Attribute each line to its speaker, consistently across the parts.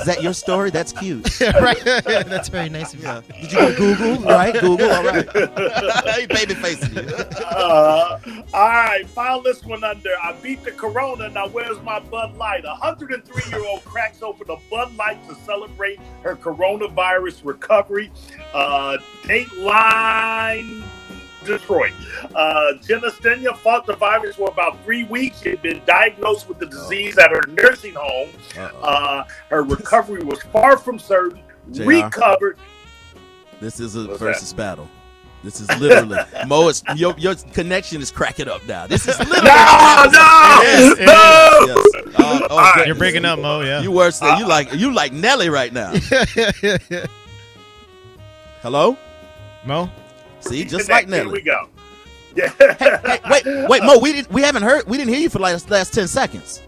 Speaker 1: Is that your story? That's cute.
Speaker 2: right. That's very nice of you.
Speaker 1: Yeah. Did you go Google? Right? Google. All right. he baby facing you.
Speaker 3: Uh, all right, file this one under. I beat the Corona. Now where's my Bud Light? A 103 year old cracks open a Bud Light to celebrate her coronavirus recovery. Uh, Dateline. Detroit. Uh, Jenna Stenya fought the virus for about three weeks. She had been diagnosed with the disease at her nursing home.
Speaker 1: Uh-oh.
Speaker 3: Uh, her recovery was far from certain.
Speaker 1: JR.
Speaker 3: Recovered.
Speaker 1: This is a
Speaker 3: What's
Speaker 1: versus battle. This is literally Mo. It's, your your connection is cracking up now. This is
Speaker 3: No,
Speaker 1: literally.
Speaker 3: no,
Speaker 2: It is, it is.
Speaker 3: no.
Speaker 1: Yes. Uh, oh,
Speaker 3: right.
Speaker 2: You're
Speaker 1: goodness.
Speaker 2: breaking up, Mo. Uh-uh. Yeah.
Speaker 1: You worse than you like. You like Nelly right now. Hello.
Speaker 2: Mo.
Speaker 1: See, just
Speaker 3: Connect.
Speaker 1: like
Speaker 3: Here we
Speaker 1: Nelly.
Speaker 3: go. Yeah.
Speaker 1: Hey, wait, wait, Mo. We did, we haven't heard. We didn't hear you for like the last ten seconds.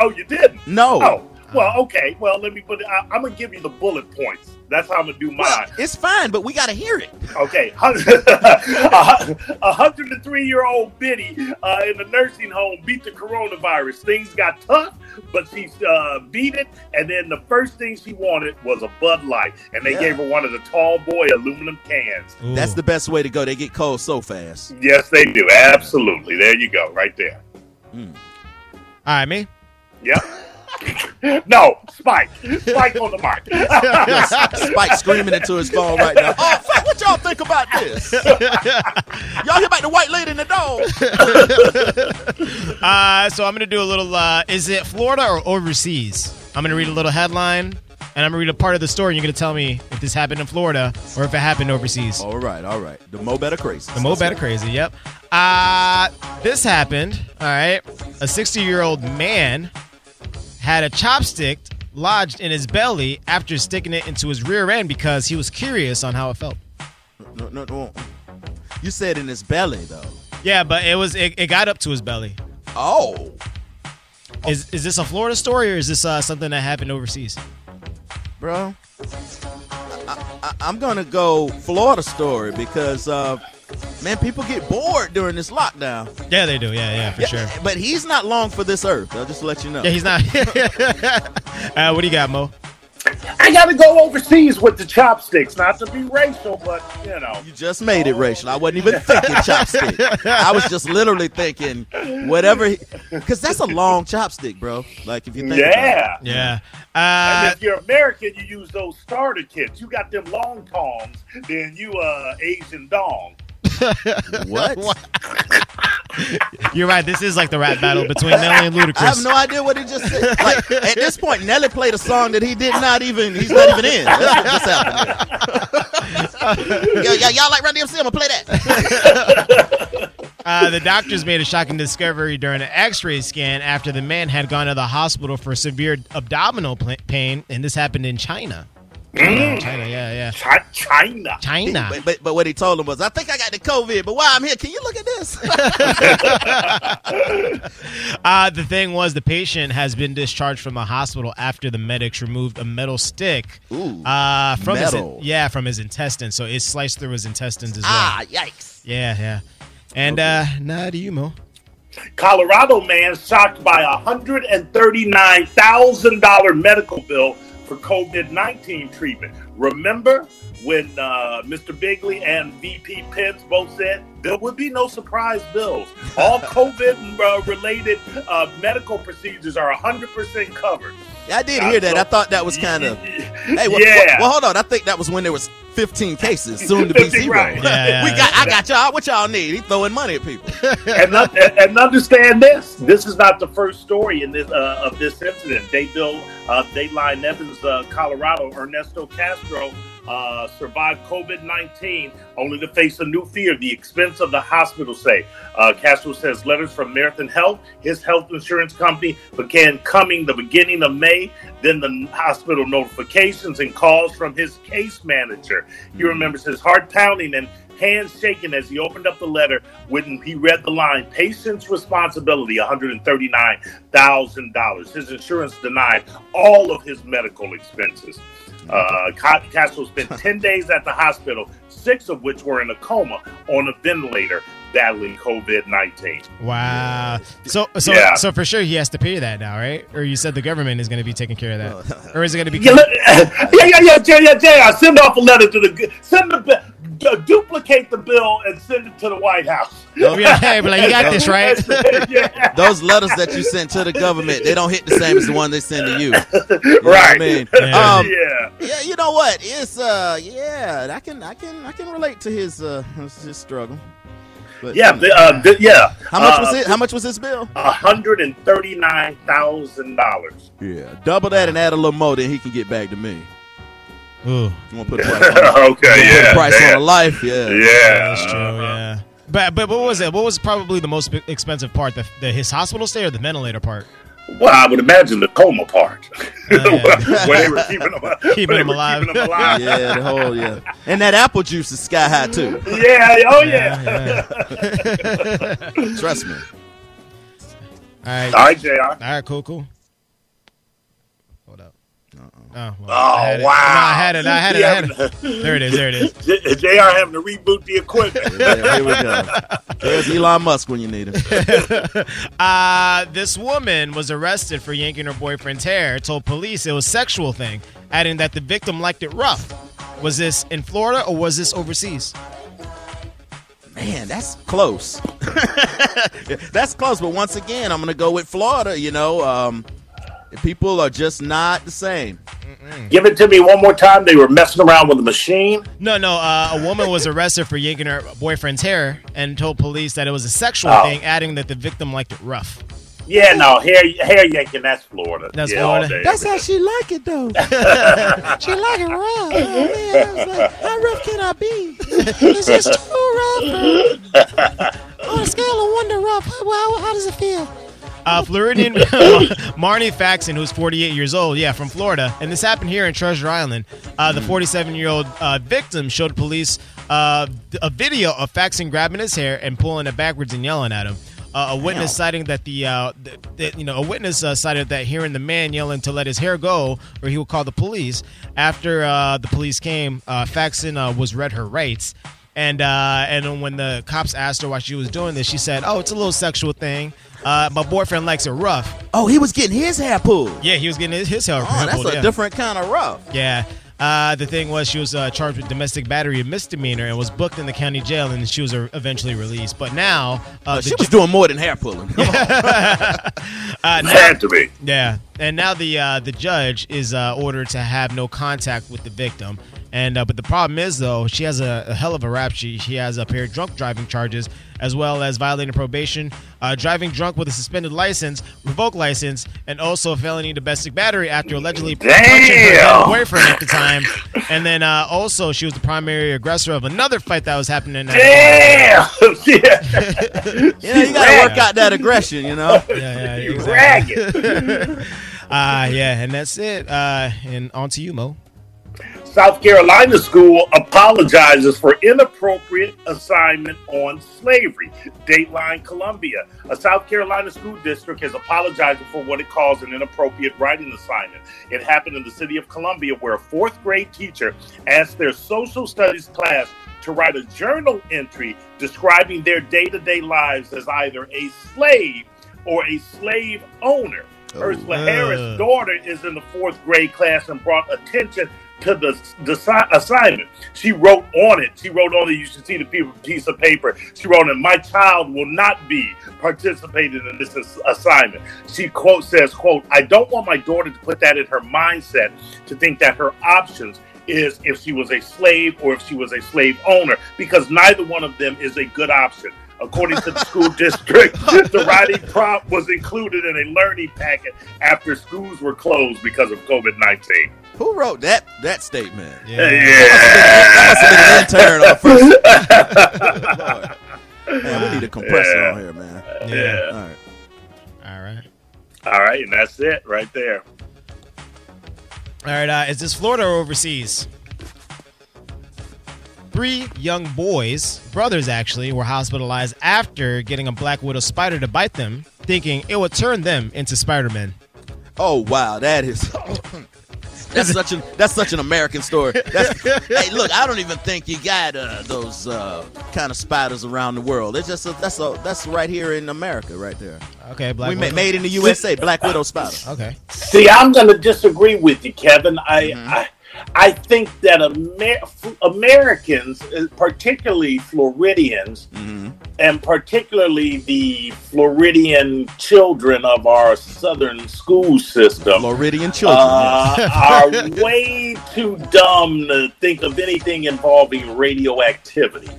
Speaker 3: oh, you didn't.
Speaker 1: No.
Speaker 3: Oh, well, okay. Well, let me put. It, I, I'm gonna give you the bullet points. That's how I'm gonna do
Speaker 1: Well,
Speaker 3: mine.
Speaker 1: it's fine, but we gotta hear it.
Speaker 3: Okay, a hundred and three-year-old Biddy uh, in the nursing home beat the coronavirus. Things got tough, but she uh, beat it. And then the first thing she wanted was a Bud Light, and they
Speaker 1: Yeah.
Speaker 3: gave her one of the tall boy aluminum cans.
Speaker 2: Ooh.
Speaker 1: That's the best way to go. They get cold so fast.
Speaker 3: Yes, they do. Absolutely. There you go. Right there.
Speaker 2: All right, me.
Speaker 3: Yep. no, Spike. Spike on the mic.
Speaker 1: Yes, Spike screaming into his phone right now. Oh fuck! What y'all think about this? y'all hear about the white lady and the dog?
Speaker 2: Uh, so I'm gonna do a little. Uh, is it Florida or overseas? I'm gonna read a little headline, and I'm gonna read a part of the story. and You're gonna tell me if this happened in Florida or if it happened overseas.
Speaker 1: All right, all right. The Mo better crazy.
Speaker 2: The Mo Better Crazy, yep. Uh, this happened, all right. A 60 year old man had a chopstick lodged in his belly after sticking it into his rear end because he was curious on how it felt.
Speaker 1: No, no, no. You said in his belly though.
Speaker 2: Yeah, but it was it, it got up to his belly.
Speaker 1: Oh,
Speaker 2: Is is this a Florida story or is this uh, something that happened overseas?
Speaker 1: bro. I, I, I'm gonna go Florida story because uh, man, people get bored during this lockdown.
Speaker 2: Yeah, they do. Yeah, yeah, for
Speaker 1: Yeah,
Speaker 2: sure.
Speaker 1: But he's not long for this earth. I'll just let you know.
Speaker 2: Yeah, he's not. uh, what do you got, Mo?
Speaker 3: I got to go overseas with the chopsticks. Not to be racial, but, you know.
Speaker 1: you just made it racial. I wasn't even thinking chopstick. I was just literally thinking whatever, because that's a long chopstick, bro. Like if you think, about it.
Speaker 3: Yeah.
Speaker 2: Yeah.
Speaker 3: And
Speaker 2: Uh,
Speaker 3: if you're American, you use those starter kits. You got them long tongs, then you uh Asian dong.
Speaker 1: what?
Speaker 2: you're right. This is like the rap battle between Nelly and Ludacris.
Speaker 1: I have no idea what he just said. Like at this point, Nelly played a song that he did not even. He's not even in. That's what just happened. here. Yo, yo, y'all like Run DMC? I'm gonna play that.
Speaker 2: Uh, the doctors made a shocking discovery during an x-ray scan after the man had gone to the hospital for severe abdominal pla- pain and this happened in china china yeah yeah
Speaker 3: Chi- China.
Speaker 2: china
Speaker 1: Mm. But, but but what he told him was, I think I got the COVID, but while I'm here, can you look at this?
Speaker 2: uh, the thing was the patient has been discharged from the hospital after the medics removed a metal stick
Speaker 1: Ooh,
Speaker 2: uh, from
Speaker 1: metal.
Speaker 2: His, yeah from his intestines so it sliced through his intestines as well
Speaker 1: ah, yikes.
Speaker 2: yeah yeah and uh nah to you mo
Speaker 3: Colorado man shocked by a hundred and thirty-nine thousand dollar medical bill for COVID nineteen treatment. Remember when uh, Mr. Bigley and VP Pence both said there would be no surprise bills. All COVID uh, related uh, medical procedures are hundred percent covered.
Speaker 1: I did hear that. I thought that was kind of. Hey, well,
Speaker 3: yeah.
Speaker 1: well, hold on. I think that was when there was 15 cases, soon to be zero.
Speaker 3: Right.
Speaker 2: Yeah, yeah,
Speaker 1: We got. I got y'all. What y'all need? He throwing money at people.
Speaker 3: and, un- and understand this: this is not the first story in this uh, of this incident. They built uh, Dateline Evans, uh, Colorado. Ernesto Castro uh, survived COVID nineteen, only to face a new fear: the expense of the hospital stay. Uh, Castro says letters from Marathon Health, his health insurance company, began coming the beginning of May. Then the hospital notifications and calls from his case manager. He remembers his heart pounding and hands shaking as he opened up the letter when he read the line patient's responsibility $139,000. His insurance denied all of his medical expenses. Uh, Ca- Castro spent 10 days at the hospital, six of which which were in a coma on a ventilator battling COVID 19.
Speaker 2: Wow. So so
Speaker 3: Yeah.
Speaker 2: so for sure he has to pay that now, right? Or you said the government is going to be taking care of that, or is it going to be?
Speaker 3: Yeah, let- yeah, yeah, yeah, yeah, yeah, yeah. Send off a letter to the g- send the bi- du- duplicate the bill and send it to the White House.
Speaker 2: We are- Oh, hey, but like, you got this right.
Speaker 3: Yeah.
Speaker 1: Those letters that you sent to the government, they don't hit the same as the one they send to you. You know what
Speaker 3: Right.
Speaker 1: I mean,
Speaker 2: Yeah.
Speaker 1: um,
Speaker 3: yeah.
Speaker 1: yeah, you know what? It's uh, yeah, I can, I can, I can relate to his uh, his, his struggle. But, um,
Speaker 3: Yeah, the, uh, the, yeah.
Speaker 1: how much
Speaker 3: uh,
Speaker 1: was it? How much was this bill?
Speaker 3: hundred and thirty nine thousand dollars.
Speaker 1: Yeah, double that and add a little more, then he can get back to me.
Speaker 2: Ooh,
Speaker 1: You want to put a price on,
Speaker 3: okay,
Speaker 1: put a
Speaker 3: yeah,
Speaker 1: price
Speaker 3: yeah,
Speaker 1: on a life? Yeah.
Speaker 3: yeah.
Speaker 2: that's true. Yeah. But but what was it? What was probably the most expensive part? The, the his hospital stay or the ventilator part?
Speaker 3: Well, I would imagine the coma part,
Speaker 2: yeah.
Speaker 3: where they were keeping them, where they
Speaker 2: them
Speaker 3: were
Speaker 2: alive.
Speaker 3: keeping them alive. yeah.
Speaker 1: Yeah, the whole yeah, and that apple juice is sky high too.
Speaker 3: oh yeah.
Speaker 2: Yeah, yeah.
Speaker 1: Trust me.
Speaker 2: All right.
Speaker 3: All right, Jr.
Speaker 2: All right, cool, cool. Hold up. Oh, well, I
Speaker 3: Oh
Speaker 2: had it.
Speaker 3: wow!
Speaker 2: No, I had it. I had it. I had
Speaker 3: Yeah.
Speaker 2: it. There it is. There it is.
Speaker 3: J- Jr. having to reboot the equipment.
Speaker 1: Yeah, here we go. There's Elon Musk when you need him.
Speaker 2: Uh, this woman was arrested for yanking her boyfriend's hair, told police it was a sexual thing, adding that the victim liked it rough. Was this in Florida or was this overseas?
Speaker 1: Man, that's close. that's close, but once again, I'm gonna go with Florida. You know, um, people are just not the same.
Speaker 3: Give it to me one more time. They were messing around with the machine.
Speaker 2: No, no. Uh, a woman was arrested for yanking her boyfriend's hair and told police that it was a sexual
Speaker 3: Oh.
Speaker 2: thing, adding that the victim liked it rough.
Speaker 3: Yeah, no, hair hair yanking. That's Florida.
Speaker 2: That's
Speaker 3: yeah, all
Speaker 2: Florida.
Speaker 3: day.
Speaker 4: That's how she like it though. she like it rough. Oh, man, I was like, how rough can I be? Is this too rough? On a scale of one to rough, how, how, how does it feel?
Speaker 2: Uh, Floridian Marnie Faxon, who's 48 years old, yeah, from Florida, and this happened here in Treasure Island. Uh, the 47-year-old uh, victim showed police uh, a video of Faxon grabbing his hair and pulling it backwards and yelling at him. Uh, a witness citing that the, uh, th- that, you know a witness uh, cited that hearing the man yelling to let his hair go or he would call the police. After uh, the police came, uh, Faxon uh, was read her rights. And uh, and then when the cops asked her why she was doing this, she said, "Oh, it's a little sexual thing. Uh, my boyfriend likes it rough.
Speaker 1: Oh, he was getting his hair pulled.
Speaker 2: Yeah, he was getting his, his hair
Speaker 1: Oh, that's
Speaker 2: pimpled,
Speaker 1: a
Speaker 2: yeah.
Speaker 1: different kind of rough.
Speaker 2: Yeah. Uh, the thing was, she was uh, charged with domestic battery and misdemeanor, and was booked in the county jail, and she was uh, eventually released. But now, uh,
Speaker 1: Uh,
Speaker 2: the
Speaker 1: she was
Speaker 2: ju-
Speaker 1: doing more than hair pulling. Come on.
Speaker 2: uh, now-
Speaker 3: Had to be.
Speaker 2: yeah, and now the uh, the judge is uh, ordered to have no contact with the victim. And uh, but the problem is though, she has a, a hell of a rap sheet. She has a pair of drunk driving charges, as well as violating probation, uh, driving drunk with a suspended license, revoked license, and also a felony domestic battery after allegedly punching her dead
Speaker 3: Damn.
Speaker 2: boyfriend at the time. And then uh, also she was the primary aggressor of another fight that was happening. uh, At
Speaker 3: Damn. yeah.
Speaker 1: You, know, you gotta work out that aggression. You know.
Speaker 2: Yeah, yeah,
Speaker 3: You
Speaker 2: exactly.
Speaker 3: ragged.
Speaker 2: Uh, yeah, and that's it. Uh, and on to you, Mo.
Speaker 3: South Carolina school apologizes for inappropriate assignment on slavery. Dateline Columbia. A South Carolina school district is apologizing for what it calls an inappropriate writing assignment. It happened in the city of Columbia where a fourth grade teacher asked their social studies class to write a journal entry describing their day to day lives as either a slave or a slave owner. Ursula
Speaker 2: uh.
Speaker 3: Harris' daughter is in the fourth grade class and brought attention to the, the assi- assignment. She wrote on it. She wrote on it. You should see the pe- piece of paper. She wrote on it. My child will not be participating in this ass- assignment. She quote says, "quote I don't want my daughter to put that in her mindset to think that her options." Is if she was a slave or if she was a slave owner, because neither one of them is a good option. According to the school district, the writing prompt was included in a learning packet after schools were closed because of COVID 19.
Speaker 1: Who wrote that that statement?
Speaker 3: Yeah.
Speaker 1: Must have been an intern on first. Lord. Man, we need a compressor
Speaker 3: Yeah.
Speaker 1: on here, man.
Speaker 2: yeah.
Speaker 1: All right.
Speaker 2: All right.
Speaker 3: All right, and that's it right there.
Speaker 2: All right, uh, is this Florida or overseas? Three young boys, brothers actually, were hospitalized after getting a black widow spider to bite them, thinking it would turn them into Spider Man.
Speaker 1: Oh wow, that is That's such an that's such an American story. That's, hey, look, I don't even think you got uh, those uh, kind of spiders around the world. It's just a, that's a, that's right here in America, right there.
Speaker 2: Okay, black.
Speaker 1: we ma-
Speaker 2: Widow.
Speaker 1: made in the USA, black widow spider.
Speaker 2: Okay.
Speaker 3: See, I'm going to disagree with you, Kevin. I I, I think that Amer- F- Americans, uh, particularly Floridians,
Speaker 1: hmm
Speaker 3: and particularly the Floridian children of our southern school system,
Speaker 1: Floridian children. yes.
Speaker 3: uh, are way too dumb to think of anything involving radioactivity.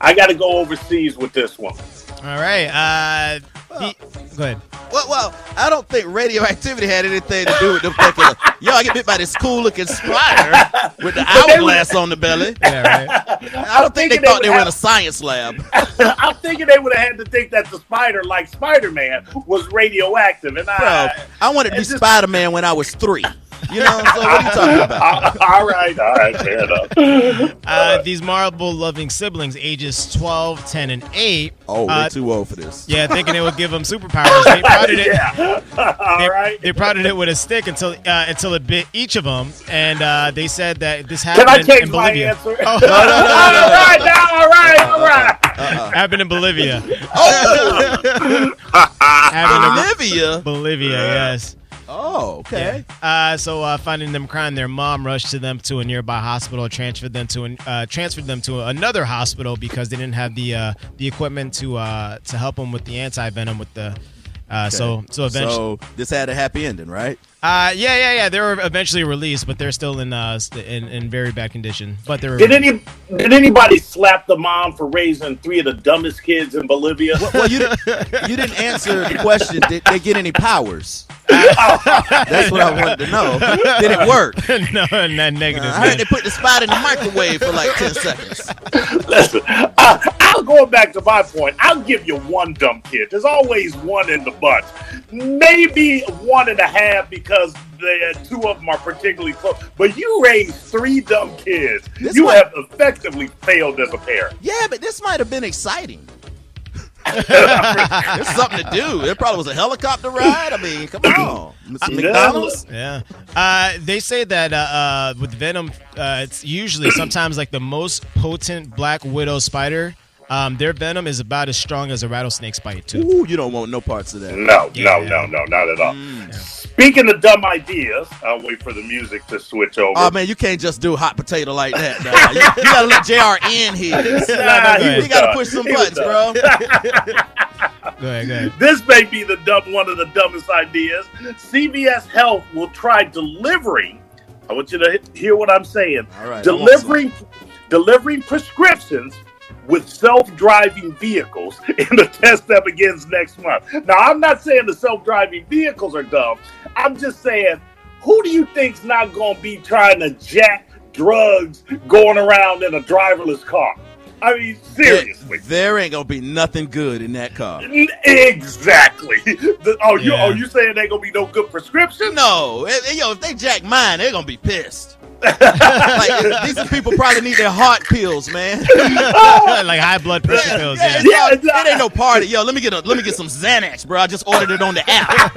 Speaker 3: I got to go overseas with this one.
Speaker 2: All right. Uh, the- go ahead.
Speaker 1: Well, well, I don't think radioactivity had anything to do with them thinking, of, yo, I get bit by this cool looking spider with the
Speaker 3: But they
Speaker 1: hourglass on the belly.
Speaker 2: Yeah, right.
Speaker 1: I don't think they
Speaker 3: Thinking they
Speaker 1: thought they
Speaker 3: would
Speaker 1: were in
Speaker 3: have-
Speaker 1: a science lab.
Speaker 3: I'm thinking they would have had to think that the spider, like Spider Man, was radioactive, and
Speaker 1: Bro,
Speaker 3: I.
Speaker 1: I wanted to be
Speaker 3: It's just-
Speaker 1: Spider Man when I was three. You know what I'm saying? What are you talking about?
Speaker 3: all right, all right, fair enough.
Speaker 2: Uh, these marble loving siblings, ages 12, 10, and 8.
Speaker 1: Oh,
Speaker 2: uh,
Speaker 1: they're too old for this.
Speaker 2: yeah, thinking it would give them superpowers. They prodded it.
Speaker 3: yeah, all
Speaker 2: They,
Speaker 3: right.
Speaker 2: they prodded it with a stick until uh, until it bit each of them, and uh, they said that this
Speaker 3: Can
Speaker 2: happened
Speaker 3: I
Speaker 2: in- in
Speaker 3: change my
Speaker 2: Bolivia.
Speaker 3: answer?
Speaker 2: Oh,
Speaker 3: all right, now, all right, all right.
Speaker 1: Uh-huh.
Speaker 2: happened in Bolivia.
Speaker 1: Oh,
Speaker 2: happened in
Speaker 1: Olivia.
Speaker 2: Bolivia. Yes.
Speaker 1: Oh, okay.
Speaker 2: Uh, so uh, finding them crying, their mom rushed to them to a nearby hospital, transferred them to an, uh, transferred them to another hospital because they didn't have the uh, the equipment to uh, to help them with the anti venom with the. Uh, So so eventually,
Speaker 1: So this had a happy ending, right?
Speaker 2: uh, yeah yeah yeah, they were eventually released, but they're still in uh st- in, in very bad condition. But they were
Speaker 3: Did any did anybody slap the mom for raising three of the dumbest kids in Bolivia?
Speaker 1: Well, you didn't, you didn't answer the question. Did they get any powers? That's what I wanted to know. Did it work?
Speaker 2: no not negative.
Speaker 1: I heard
Speaker 2: man.
Speaker 1: they put the spot in the microwave for like 10 seconds.
Speaker 3: Listen, I, I'm going back to my point. I'll give you one dumb kid. There's always one in the bunch. Maybe one and a half because the two of them are particularly close. But you raised three dumb kids.
Speaker 1: This
Speaker 3: you
Speaker 1: one-
Speaker 3: have effectively failed as a parent.
Speaker 1: Yeah, but this might have been exciting. There's something to do. It probably was a helicopter ride. I mean, come on, some
Speaker 3: Yeah.
Speaker 1: McDonald's.
Speaker 2: Yeah. Uh, they say that uh, uh, with Venom, uh, it's usually sometimes like the most potent Black Widow spider. Um, their venom is about as strong as a rattlesnake's bite too.
Speaker 1: Ooh, you don't want no parts of that.
Speaker 3: No,
Speaker 2: Yeah.
Speaker 3: no, no, no, not at all.
Speaker 1: Mm.
Speaker 3: Speaking of dumb ideas, I'll wait for the music to switch over.
Speaker 1: Oh man, you can't just do hot potato like that. Now. You, you gotta let Jr. in here.
Speaker 3: Nah, he
Speaker 2: You
Speaker 1: You
Speaker 3: was
Speaker 1: gotta
Speaker 3: done.
Speaker 1: push some
Speaker 3: He was
Speaker 1: buttons,
Speaker 3: done.
Speaker 1: bro.
Speaker 2: Go ahead, go ahead.
Speaker 3: This may be the dumb one of the dumbest ideas. CVS Health will try delivering. I want you to he- hear what I'm saying.
Speaker 1: All right, I want
Speaker 3: delivering delivering prescriptions with self-driving vehicles in a test that begins next month. Now, I'm not saying the self-driving vehicles are dumb. I'm just saying, who do you think's not going to be trying to jack drugs going around in a driverless car? I mean, seriously.
Speaker 1: There, there ain't gonna be nothing good in that car.
Speaker 3: Exactly. The- oh, you
Speaker 2: Yeah.
Speaker 3: oh you saying ain't gonna be no good prescription?
Speaker 1: No, eh, eh, yo, if they jack mine, they're gonna be pissed. like, these people probably need their heart pills, man.
Speaker 2: like high blood pressure pills. Yeah.
Speaker 1: it's all-
Speaker 3: Yeah, it's-
Speaker 1: it ain't no party. Yo, let me get a, let me get some Xanax, bro. I just ordered it on the app.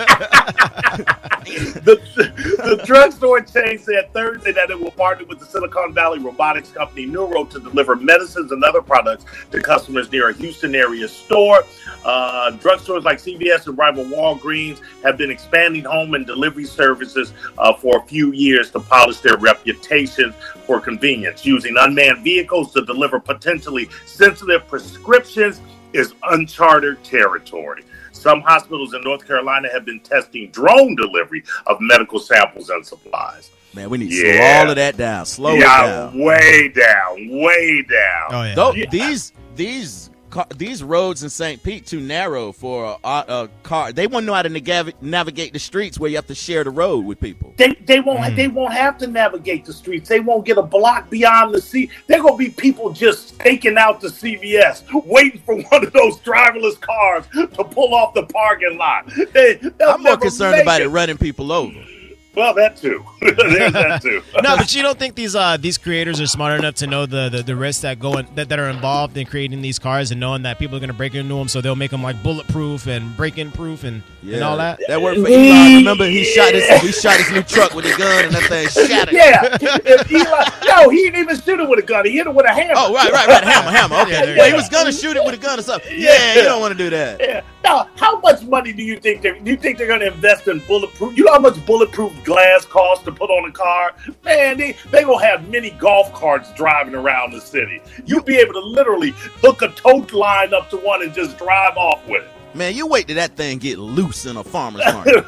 Speaker 3: The, the drugstore chain said Thursday that it will partner with the Silicon Valley robotics company Neuro to deliver medicines and other products to customers near a Houston area store. Uh, drugstores like CVS and rival Walgreens have been expanding home and delivery services uh, for a few years to polish their reputations for convenience. Using unmanned vehicles to deliver potentially sensitive prescriptions is uncharted territory. Some hospitals in North Carolina have been testing drone delivery of medical samples and supplies.
Speaker 1: Man, we need to
Speaker 3: Yeah.
Speaker 1: slow all of that down. Slow it
Speaker 3: yeah,
Speaker 1: down.
Speaker 3: way down, way down.
Speaker 2: Oh yeah.
Speaker 1: Though
Speaker 3: Yeah.
Speaker 1: these these car, these roads in St. Pete too narrow for a, a, a car. They wouldn't know how to naga- navigate the streets where you have to share the road with people.
Speaker 3: They, they won't
Speaker 2: Mm.
Speaker 3: they won't have to navigate the streets. They won't get a block beyond the sea. They're gonna be people just staking out the CVS, waiting for one of those driverless cars to pull off the parking lot. They, they'll
Speaker 1: I'm more
Speaker 3: never
Speaker 1: concerned
Speaker 3: make
Speaker 1: about
Speaker 3: it.
Speaker 1: it running people over.
Speaker 3: Well, that too. There's that too.
Speaker 2: No, but you don't think these uh, these creators are smart enough to know the, the, the risks that go in, that, that are involved in creating these cars and knowing that people are going to break into them, so they'll make them like bulletproof and break-in proof and, and all that.
Speaker 1: That worked for Elon. Remember, he shot his he shot his new truck with a gun, and that thing shattered.
Speaker 3: Yeah. If Eli, no, he didn't even shoot it with a gun. He hit it with a hammer.
Speaker 1: Oh, right, right, right. Hammer, hammer. Okay.
Speaker 2: Yeah, there you
Speaker 1: well, he
Speaker 2: go.
Speaker 1: was gonna shoot it with a gun or something.
Speaker 3: Yeah.
Speaker 1: Yeah, you don't want to do that.
Speaker 3: Yeah. Now, how much money do you think they do you think they're gonna invest in bulletproof? You know how much bulletproof glass costs to put on a car? Man, they they gonna have mini golf carts driving around the city. You'll be able to literally hook a tote line up to one and just drive off with it.
Speaker 1: Man, you wait till that thing get loose in a farmer's market.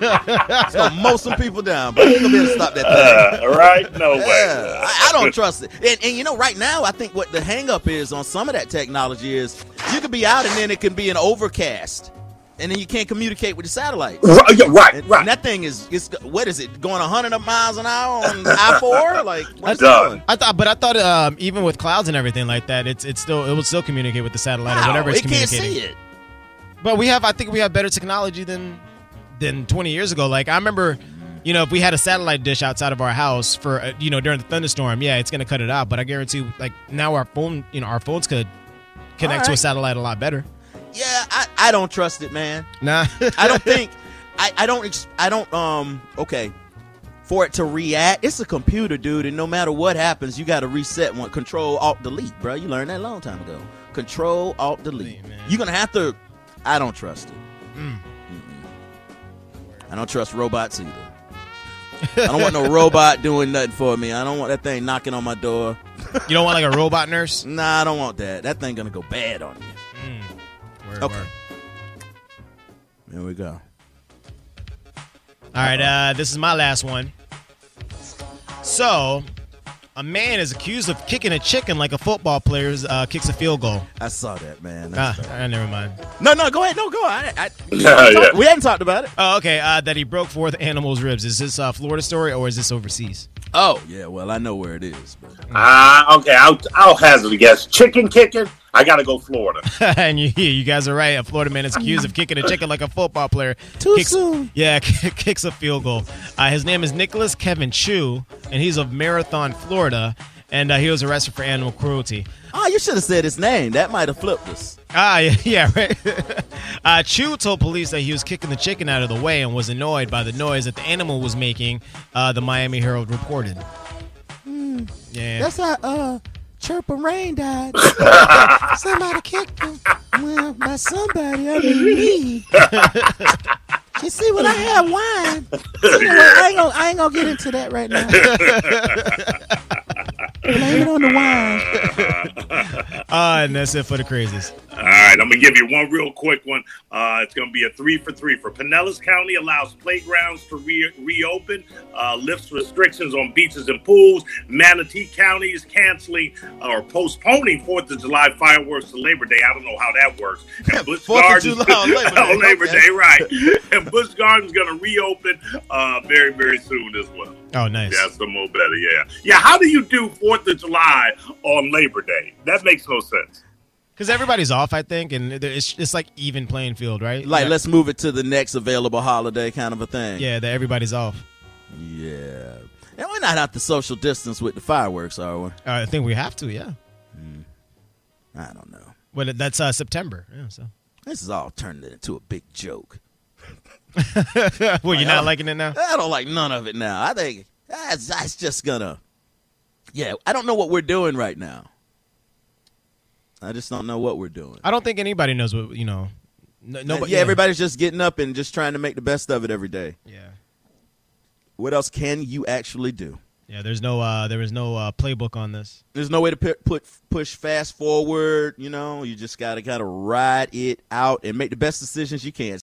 Speaker 1: it's gonna mow some people down, but you gonna be able to stop that thing.
Speaker 3: Uh, right? No way.
Speaker 1: Yeah, I, I don't trust it. And, and you know, right now, I think what the hang up is on some of that technology is you could be out and then it can be an overcast, and then you can't communicate with the satellites.
Speaker 3: Right, yeah, right,
Speaker 1: And,
Speaker 3: right.
Speaker 1: and that thing is, it's what is it going 100 miles an hour on I four? Like what's
Speaker 3: Done.
Speaker 1: going?
Speaker 2: I thought, but I thought um, even with clouds and everything like that, it's it's still it will still communicate with the satellite or whatever
Speaker 1: Wow,
Speaker 2: it's
Speaker 1: it can't
Speaker 2: communicating.
Speaker 1: see it.
Speaker 2: But we have, I think we have better technology than than 20 years ago. Like I remember, you know, if we had a satellite dish outside of our house for uh, you know during the thunderstorm, yeah, it's gonna cut it out. But I guarantee, like now our phone, you know, our phones could connect to a
Speaker 1: Alright.
Speaker 2: satellite a lot better.
Speaker 1: Yeah, I, I don't trust it, man.
Speaker 2: Nah,
Speaker 1: I don't think I, I don't ex- I don't um okay for it to react. It's a computer, dude, and no matter what happens, you got to reset one. Control Alt Delete, bro. You learned that a long time ago. Control Alt Delete.
Speaker 2: Delete, man. Mm.
Speaker 1: You're gonna have to. I don't trust it. Mm-mm. I don't trust robots either. I don't want no robot doing nothing for me. I don't want that thing knocking on my door.
Speaker 2: you don't want like a robot nurse.
Speaker 1: Nah, I don't want that. That thing gonna go bad on you.
Speaker 2: Word,
Speaker 1: Okay.
Speaker 2: word.
Speaker 1: There we go.
Speaker 2: All right, uh, this is my last one. So, a man is accused of kicking a chicken like a football player uh, kicks a field goal.
Speaker 1: I saw that, man.
Speaker 2: Ah,
Speaker 1: That's bad.
Speaker 2: ah, never mind.
Speaker 1: No, no, go ahead. No, go. I, I,
Speaker 3: Yeah, yeah.
Speaker 1: We haven't talked about it.
Speaker 2: Oh, okay. Uh, that he broke fourth animal's ribs. Is this a Florida story or is this overseas?
Speaker 1: Oh, yeah. Well, I know where it is. But
Speaker 3: Ah, okay. I'll, I'll hazard a guess. Chicken kicking. I gotta go Florida.
Speaker 2: and you, you guys are right. A Florida man is accused of kicking a chicken like a football player.
Speaker 4: Too
Speaker 2: Kicks-
Speaker 4: soon.
Speaker 2: Yeah, kicks a field goal. Uh, his name is Nicholas Kevin Chu, and he's of Marathon, Florida. And uh, he was arrested for animal cruelty.
Speaker 1: oh, you should have said his name. That might have flipped us.
Speaker 2: Ah, yeah, yeah right. uh, Chu told police that he was kicking the chicken out of the way and was annoyed by the noise that the animal was making. Uh, the Miami Herald reported.
Speaker 1: Hmm.
Speaker 2: Yeah,
Speaker 4: That's how uh, Chirpa Rain died. somebody kicked him. Well, by somebody, I mean me. you see, when I had wine, you know what, I, ain't gonna, I ain't gonna get into that right now. Blame it on the wine.
Speaker 2: uh, and that's it for the crazies.
Speaker 3: All right, I'm gonna give you one real quick one. Uh, it's gonna be a three for three for Pinellas County allows playgrounds to re- reopen, uh, lifts restrictions on beaches and pools. Manatee County is canceling or postponing Fourth of July fireworks to Labor Day. I don't know how that works. And Busch
Speaker 1: Fourth of
Speaker 3: Gardens-
Speaker 1: July on Labor Day,
Speaker 3: on Labor
Speaker 1: okay.
Speaker 3: Day, right? and Busch Gardens gonna reopen uh, very very soon as well.
Speaker 2: Oh, nice.
Speaker 3: Yeah, some more better. Yeah, yeah. How do you do Fourth of July on Labor Day? That makes no sense.
Speaker 2: Because everybody's off, I think, and there- it's it's like even playing field, right?
Speaker 1: Like,
Speaker 2: yeah.
Speaker 1: let's move it to the next available holiday, kind of a thing.
Speaker 2: yeah, that everybody's off.
Speaker 1: Yeah. And we're not out the social distance with the fireworks, are we?
Speaker 2: Uh, I think we have to, yeah.
Speaker 1: I don't know.
Speaker 2: Well, that's uh, September. Yeah, so.
Speaker 1: This is all turned into a big joke.
Speaker 2: well, you're not liking it now.
Speaker 1: I don't like none of it now. I think that's, that's just gonna. Yeah, I don't know what we're doing right now. I just don't know what we're doing.
Speaker 2: I don't think anybody knows what you know. No, nobody.
Speaker 1: yeah, everybody's just getting up and just trying to make the best of it every day.
Speaker 2: Yeah,
Speaker 1: What else can you actually do?
Speaker 2: yeah. There's no, uh, there is no uh, playbook on this.
Speaker 1: There's no way to put, put push fast forward. You know, you just gotta gotta ride it out and make the best decisions you can.